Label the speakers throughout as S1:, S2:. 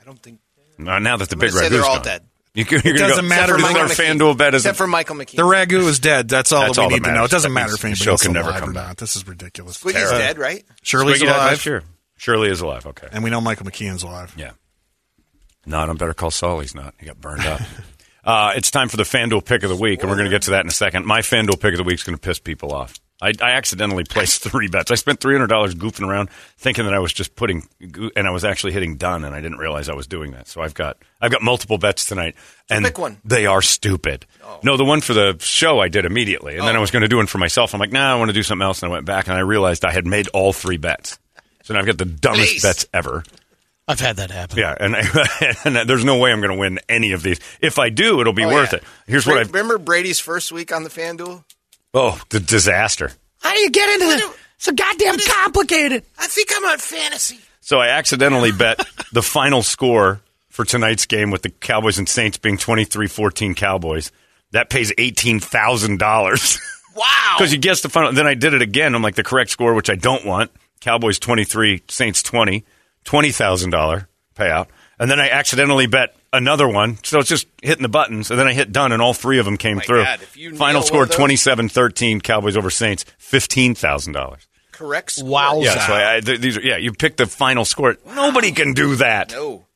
S1: I don't think.
S2: Now, now that the
S1: I'm
S2: big
S1: gonna
S2: ragu's
S1: say they're all
S2: gone.
S1: dead.
S2: You, you're gonna
S3: doesn't
S2: go,
S3: matter
S2: This is
S3: to
S2: our
S3: Mike
S2: FanDuel bet is
S1: Except for Michael McKeon.
S3: The ragu is dead. That's all
S2: That's
S3: that we
S2: all that
S3: need to know.
S2: matters.
S3: It doesn't
S2: That
S3: matter
S2: means
S3: if anybody
S2: the show
S3: else
S2: can never
S3: alive
S2: come
S3: or
S2: back.
S3: not. This is ridiculous.
S1: Squiggy's
S3: Uh,
S1: dead, right?
S3: Shirley's
S2: Squiggy died
S3: alive,
S2: last year. Shirley is alive. Okay.
S3: and we know Michael McKeon's alive.
S2: Yeah. Not on Better Call Saul. He's not. He got burned up. uh, it's time for the FanDuel pick of the week, and we're going to get to that in a second. My FanDuel pick of the week is going to piss people off. I, I accidentally placed three bets. I spent three hundred dollars goofing around, thinking that I was just putting, goo- and I was actually hitting done, and I didn't realize I was doing that. So I've got I've got multiple bets tonight, and
S1: pick one. Oh.
S2: they are stupid. No, the one for the show I did immediately, and then I was going to do one for myself. I'm like, nah, I want to do something else, and I went back and I realized I had made all three bets. So now I've got the dumbest
S1: Please.
S2: bets ever.
S4: I've had that happen.
S2: Yeah, and, and there's no way I'm going to win any of these. If I do, it'll be
S1: Oh,
S2: worth
S1: yeah.
S2: it. Here's what
S1: Re-
S2: I've.
S1: Remember Brady's first week on the FanDuel?
S2: Oh, the disaster.
S4: How do you get into this? It's so goddamn complicated.
S1: I think I'm on fantasy.
S2: So I accidentally bet the final score for tonight's game with the Cowboys and Saints being 23 14 Cowboys. That pays $18,000.
S1: Wow.
S2: Because you guessed the final. Then I did it again. I'm like, the correct score, which I don't want Cowboys 23, Saints 20, $20,000 payout. And then I accidentally bet another one. So it's just hitting the buttons. And then I hit done, and all three of them came
S1: Oh My
S2: through.
S1: God, if you nail
S2: final
S1: one
S2: score
S1: of those-
S2: 27 13, Cowboys over Saints, $15,000.
S1: Correct. score.
S4: Wow.
S2: Yeah, so I, I- th- these are, yeah, you pick the final score. Nobody can do that.
S1: No.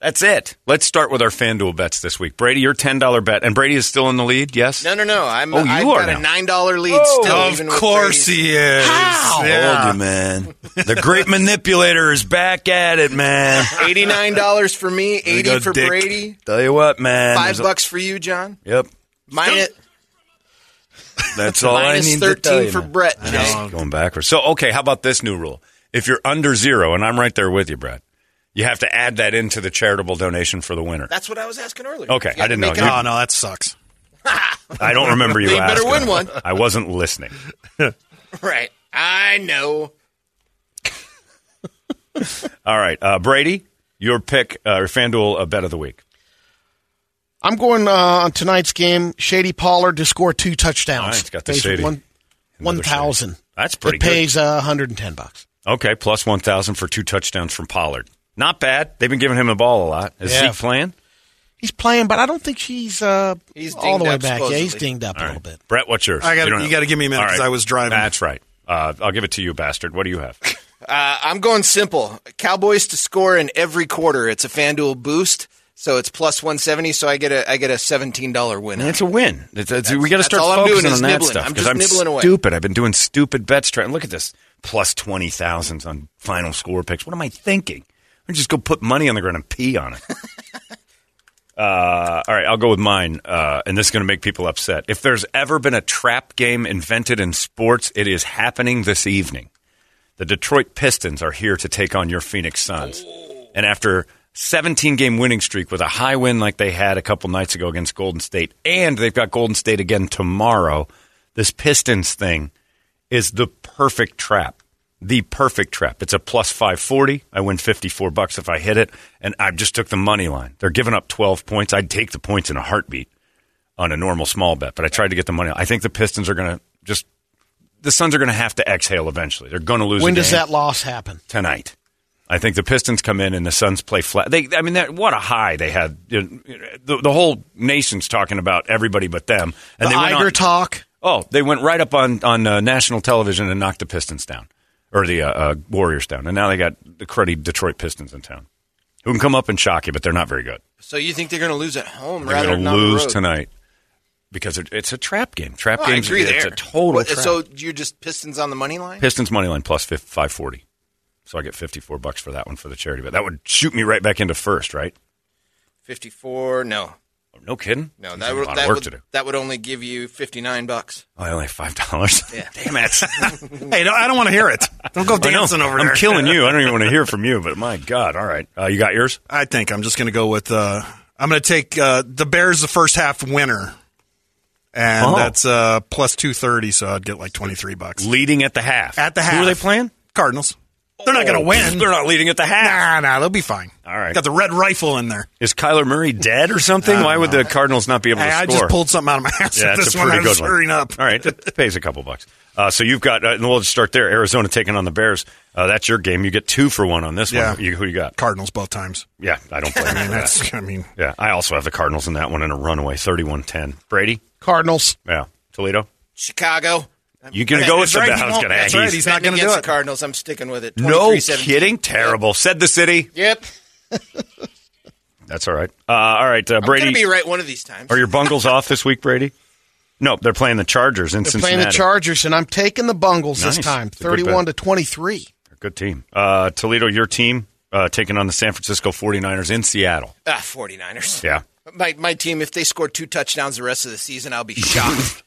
S2: That's it. Let's start with our FanDuel bets this week. Brady, your $10 bet. And Brady is still in the lead, yes?
S1: No, no, no. I'm,
S2: Oh, you
S1: I've
S2: are
S1: got
S2: now. Oh,
S1: a nine dollar lead still. even with Brady's.
S3: he is.
S4: How?
S2: I told you, man. The great manipulator is back at it, man.
S1: eighty nine dollars for me, eighty
S3: go,
S1: for
S3: Dick.
S1: Brady,
S2: Tell you what, man.
S1: five
S2: there's a-
S1: bucks for you, John.
S2: Yep.
S1: Minus,
S2: That's all I
S1: minus
S2: need to tell
S1: thirteen
S2: you,
S1: for
S2: man.
S1: Brett. Jake.
S2: Just Going backwards. So, okay, how about this new rule? If you're under zero, and I'm right there with you, Brad, you have to add that into the charitable donation for the winner.
S1: That's what I was asking earlier.
S2: Okay,
S1: You gotta
S2: I didn't know.
S1: make it
S2: You-
S3: Oh
S1: up.
S3: no, that sucks.
S2: I don't remember you
S1: They better
S2: asking.
S1: win one.
S2: I wasn't listening.
S1: Right. I know.
S2: All right, uh, Brady, your pick, uh, your FanDuel uh, bet of the week.
S4: I'm going uh, on tonight's game. Shady Pollard to score two touchdowns.
S2: Nice, got the
S4: Pays
S2: Shady.
S4: One
S2: Another
S4: one
S2: Shady.
S4: thousand.
S2: That's pretty
S4: It
S2: good.
S4: pays uh, 110 bucks.
S2: Okay, plus one thousand for two touchdowns from Pollard. Not bad. They've been giving him the ball a lot. Is
S4: Yeah.
S2: Zeke playing?
S4: He's playing, but I don't think she's uh,
S1: He's
S4: all the
S1: dinged
S4: way
S1: up,
S4: back. Yeah, he's
S1: supposedly.
S4: dinged up a little bit.
S2: Brett, what's yours?
S3: I gotta-
S2: don't
S3: you
S2: know.
S3: gotta give me a minute
S2: All
S3: 'cause I was driving.
S2: That's right. Uh, I'll give it to you, bastard. What do you have?
S1: Uh, I'm going simple. Cowboys to score in every quarter. It's a FanDuel boost, so it's plus 170. So I get a I get a seventeen dollar win.
S2: it's a win. It's- it's- we got to
S1: that's
S2: start
S1: all I'm
S2: focusing
S1: doing is
S2: on that
S1: nibbling.
S2: stuff
S1: I'm
S2: because
S1: just
S2: I'm,
S1: nibbling away.
S2: stupid. I've been doing stupid bets. Trying. Look at this. Plus twenty thousands on final score picks. What am I thinking? I'm just go put money on the ground and pee on it. Uh, all right, I'll go with mine, uh, and this is going to make people upset. If there's ever been a trap game invented in sports, it is happening this evening. The Detroit Pistons are here to take on your Phoenix Suns. And after 17 game winning streak with a high win like they had a couple nights ago against Golden State, and they've got Golden State again tomorrow, this Pistons thing is the perfect trap. The perfect trap. It's a plus 540. I win 54 bucks if I hit it, and I just took the money line. They're giving up 12 points. I'd take the points in a heartbeat on a normal small bet, but I tried to get the money. I think the Pistons are going to just the Suns are going to have to exhale eventually. They're going to lose.
S4: When
S2: a
S4: does
S2: game
S4: that loss happen?
S2: tonight. I think the Pistons come in and the Suns play flat. They, I mean, that, what a high they had. You know, The, the whole nation's talking about everybody but them. And
S4: the
S2: they went
S4: Iger
S2: on-
S4: talk.
S2: Oh, they went right up on on uh, national television and knocked the Pistons down, or the uh, uh, Warriors down, and now they got the cruddy Detroit Pistons in town, who can come up and shock you, but they're not very good.
S1: So you think they're going to lose at home?
S2: They're
S1: rather
S2: going
S1: than
S2: to
S1: on the
S2: lose
S1: road?
S2: tonight because it, it's a trap game. Trap
S1: Well, I
S2: games.
S1: agree
S2: it's
S1: there.
S2: a total
S1: What-
S2: trap.
S1: So you're just Pistons on the money line.
S2: Pistons money line plus five forty, so I get fifty four bucks for that one for the charity bet. That would shoot me right back into first, right?
S1: Fifty four. No,
S2: No kidding.
S1: no,
S2: There's
S1: that
S2: a
S1: would
S2: lot
S1: that
S2: of work
S1: would,
S2: to do. Oh,
S1: that would only give you fifty nine bucks.
S2: I only have five dollars.
S1: Yeah.
S2: Damn it!
S3: Hey, no, I don't want to hear it. Don't go
S2: I know.
S3: dancing over
S2: I'm
S3: there.
S2: killing you. I don't even want to hear from you. But my God! All right, uh, you got yours.
S3: I think I'm just going to go with. Uh, I'm going to take uh, the Bears the first half winner, and
S2: Oh.
S3: that's uh, plus two thirty. So I'd get like twenty three bucks
S2: leading at the half.
S3: at the half.
S2: Who are they playing? Oh,
S3: Cardinals. They're not going to win.
S2: They're not leading at the half.
S3: Nah, nah, they'll be fine.
S2: All right.
S3: Got the red rifle in there.
S2: Is Kyler Murray dead or something? Why would the Cardinals not be able to
S3: Hey, I
S2: score?
S3: just pulled something out of my ass.
S2: yeah,
S3: with
S2: that's
S3: this
S2: a
S3: one.
S2: pretty
S3: I
S2: good
S3: was hurrying
S2: one.
S3: up.
S2: All right, it pays a couple bucks. Uh, so you've got, uh, and we'll just start there. Arizona taking on the Bears. Uh, that's your game. You get two for one on this
S3: Yeah.
S2: one. You, who you got?
S3: Cardinals both times.
S2: yeah, I don't blame you.
S3: I
S2: for
S3: mean,
S2: that.
S3: that's. I mean,
S2: Yeah, I also have the Cardinals in that one in a runaway, thirty-one ten. Brady,
S4: Cardinals.
S2: yeah, Toledo.
S1: Chicago.
S2: You gonna
S1: Yeah,
S2: go with
S3: that's
S2: the
S3: right, he
S2: I was
S3: won't-
S2: gonna-
S3: that's right,
S2: he's-
S3: he's not
S1: Betting
S3: going to do
S1: against
S3: it.
S1: the Cardinals. I'm sticking with it.
S2: No
S1: 23-17.
S2: kidding, terrible. Said the city.
S1: Yep.
S2: That's all right. Uh, all right, uh, Brady.
S1: I'm gonna be right one of these times.
S2: Are your bungles off this week, Brady? No, they're playing the Chargers in
S4: They're
S2: Cincinnati.
S4: playing the Chargers, and I'm taking the Bungles
S2: Nice.
S4: this time,
S2: It's a good bet.
S4: thirty-one to twenty-three.
S2: Good team. Uh, Toledo, your team uh, taking on the San Francisco 49ers in Seattle.
S1: ah, 49ers?
S2: Yeah.
S1: My my team. If they score two touchdowns the rest of the season, I'll be shocked.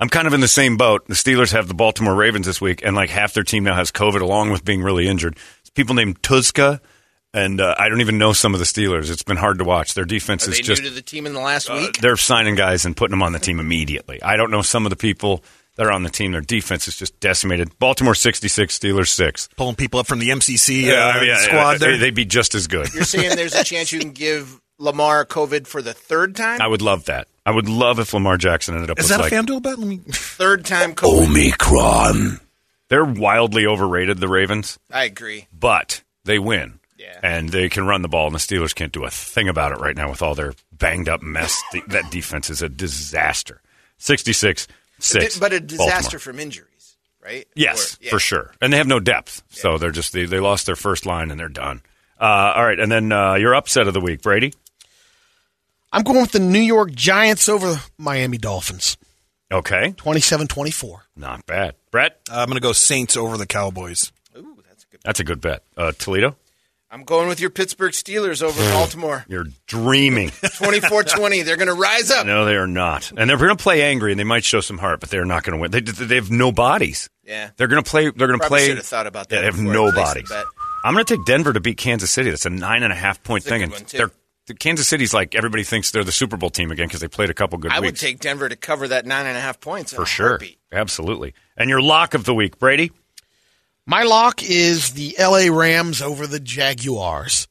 S2: I'm kind of in the same boat. The Steelers have the Baltimore Ravens this week, and like half their team now has COVID along with being really injured. It's people named Tuzka, and uh, I don't even know some of the Steelers. It's been hard to watch. Their defense
S1: Are
S2: is
S1: they
S2: just.
S1: new to the team in the last
S2: uh,
S1: week?
S2: they're signing guys and putting them on the team immediately. I don't know some of the people that are on the team. Their defense is just decimated. Baltimore 66, Steelers 6.
S3: pulling people up from the MCC
S2: I
S3: uh,
S2: mean,
S3: squad
S2: I- I-
S3: there.
S2: They'd be just as good.
S1: You're saying there's a chance you can give Lamar COVID for the third time?
S2: I would love that. I would love if Lamar Jackson ended up
S3: Is
S2: with
S3: that
S2: like
S3: a FanDuel bet? Let me.
S1: Third time COVID.
S5: Omicron.
S2: they're wildly overrated, the Ravens,
S1: I agree.
S2: but they win.
S1: Yeah.
S2: And they can run the ball, and the Steelers can't do a thing about it right now with all their banged up mess. The- that defense is a disaster. 66 6.
S1: But a disaster
S2: Baltimore.
S1: from injuries, right?
S2: Yes,
S1: Or- yeah.
S2: for sure. And they have no depth. So they're just, they, they lost their first line and they're done. Uh, all right. And then uh, your upset of the week, Brady.
S4: I'm going with the New York Giants over the Miami Dolphins,
S2: Okay.
S4: 27-24.
S2: Not bad. Brett,
S3: I'm going to go Saints over the Cowboys.
S1: Ooh, that's a good.
S2: that's a good bet. Uh, Toledo,
S1: I'm going with your Pittsburgh Steelers over Baltimore.
S2: you're dreaming.
S1: 24-20. They're going to rise up.
S2: No, they are not. And they're going to play angry, and they might show some heart, but they're not going to win. They, they have no bodies.
S1: Yeah.
S2: They're going to play. They're going to
S1: Probably
S2: play.
S1: should have thought about that
S2: They have
S1: before I
S2: no
S1: placed the
S2: bodies.
S1: bet.
S2: I'm going to take Denver to beat Kansas City. That's a nine and a half point
S1: That's a
S2: thing, and
S1: good one, too.
S2: they're the Kansas City's like everybody thinks they're the Super Bowl team again because they played a couple good
S1: I would
S2: weeks
S1: take Denver to cover that nine and a half points in
S2: for
S1: a
S2: sure,
S1: heartbeat.
S2: absolutely. And your lock of the week, Brady.
S4: My lock is the L.A. Rams over the Jaguars,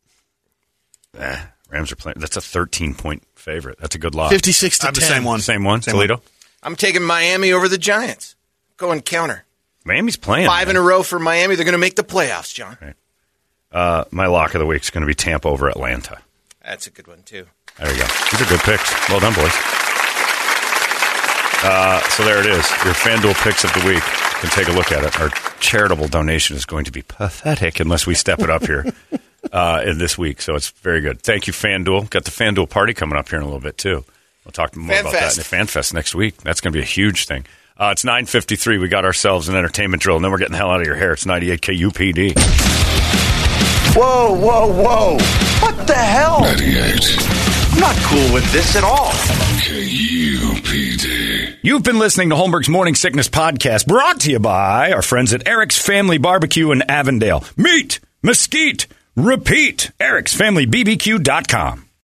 S2: Eh, Rams are playing. That's a 13 point favorite. That's a good lock.
S4: fifty-six to
S3: I'm the
S4: 10.
S3: same one.
S2: Same one.
S3: Same
S2: Toledo.
S1: I'm taking Miami over the Giants. Going counter.
S2: Miami's playing
S1: Five in a row for Miami. They're going to make the playoffs, John.
S2: Uh, my lock of the week is going to be Tampa over Atlanta.
S1: That's a good one, too.
S2: There we go. These are good picks. Well done, boys. Uh, so there it is. Your FanDuel picks of the week. You can take a look at it. Our charitable donation is going to be pathetic unless we step it up here uh, in this week. So it's very good. Thank you, FanDuel. Got the FanDuel party coming up here in a little bit too. We'll talk more about that in the FanFest next week. That's going to be a huge thing. Uh, it's 9.53. We got ourselves an entertainment drill, and then we're getting the hell out of your hair. It's 98 KUPD.
S6: Whoa, whoa, whoa. What the hell?
S5: 98.
S6: I'm not cool with this at all.
S5: KUPD.
S2: You've been listening to Holmberg's Morning Sickness Podcast, brought to you by our friends at Eric's Family Barbecue in Avondale. Meet, mesquite, repeat. Eric'sFamilyBBQ.com.